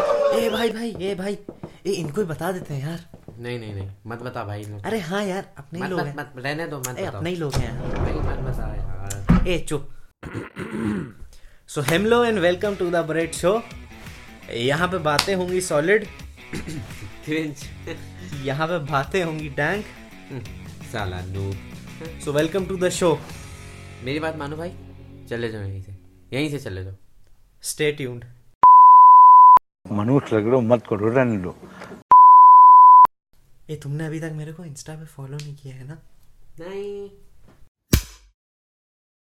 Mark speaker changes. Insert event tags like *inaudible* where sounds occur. Speaker 1: भाई भाई ये भाई ये इनको ही बता देते हैं यार
Speaker 2: नहीं नहीं नहीं मत बता भाई मत
Speaker 1: अरे हाँ यार अपने ही
Speaker 2: मत
Speaker 1: लोग
Speaker 2: मत,
Speaker 1: हैं
Speaker 2: मत रहने दो मत
Speaker 1: ए,
Speaker 2: बताओ
Speaker 1: अपने ही लोग हैं यार
Speaker 2: भाई मत बता यार
Speaker 1: ए चुप *clears throat* सो hello and welcome to the bread show यहाँ पे बातें होंगी सॉलिड
Speaker 2: क्रिंज *laughs*
Speaker 1: यहाँ पे बातें होंगी टैंक
Speaker 2: साला noob
Speaker 1: so welcome to the show
Speaker 2: मेरी बात मानो भाई चले जाओ यहीं से यहीं से चले जाओ
Speaker 1: स्टे ट्यून्ड
Speaker 3: ಮನುಷ್ಯರು ಮತ್ತೆ ಕೊಡೋರನ್ನಿಲ್ಲ
Speaker 1: ये तुमने अभी तक मेरे को इंस्टा पे फॉलो नहीं किया है ना
Speaker 2: नहीं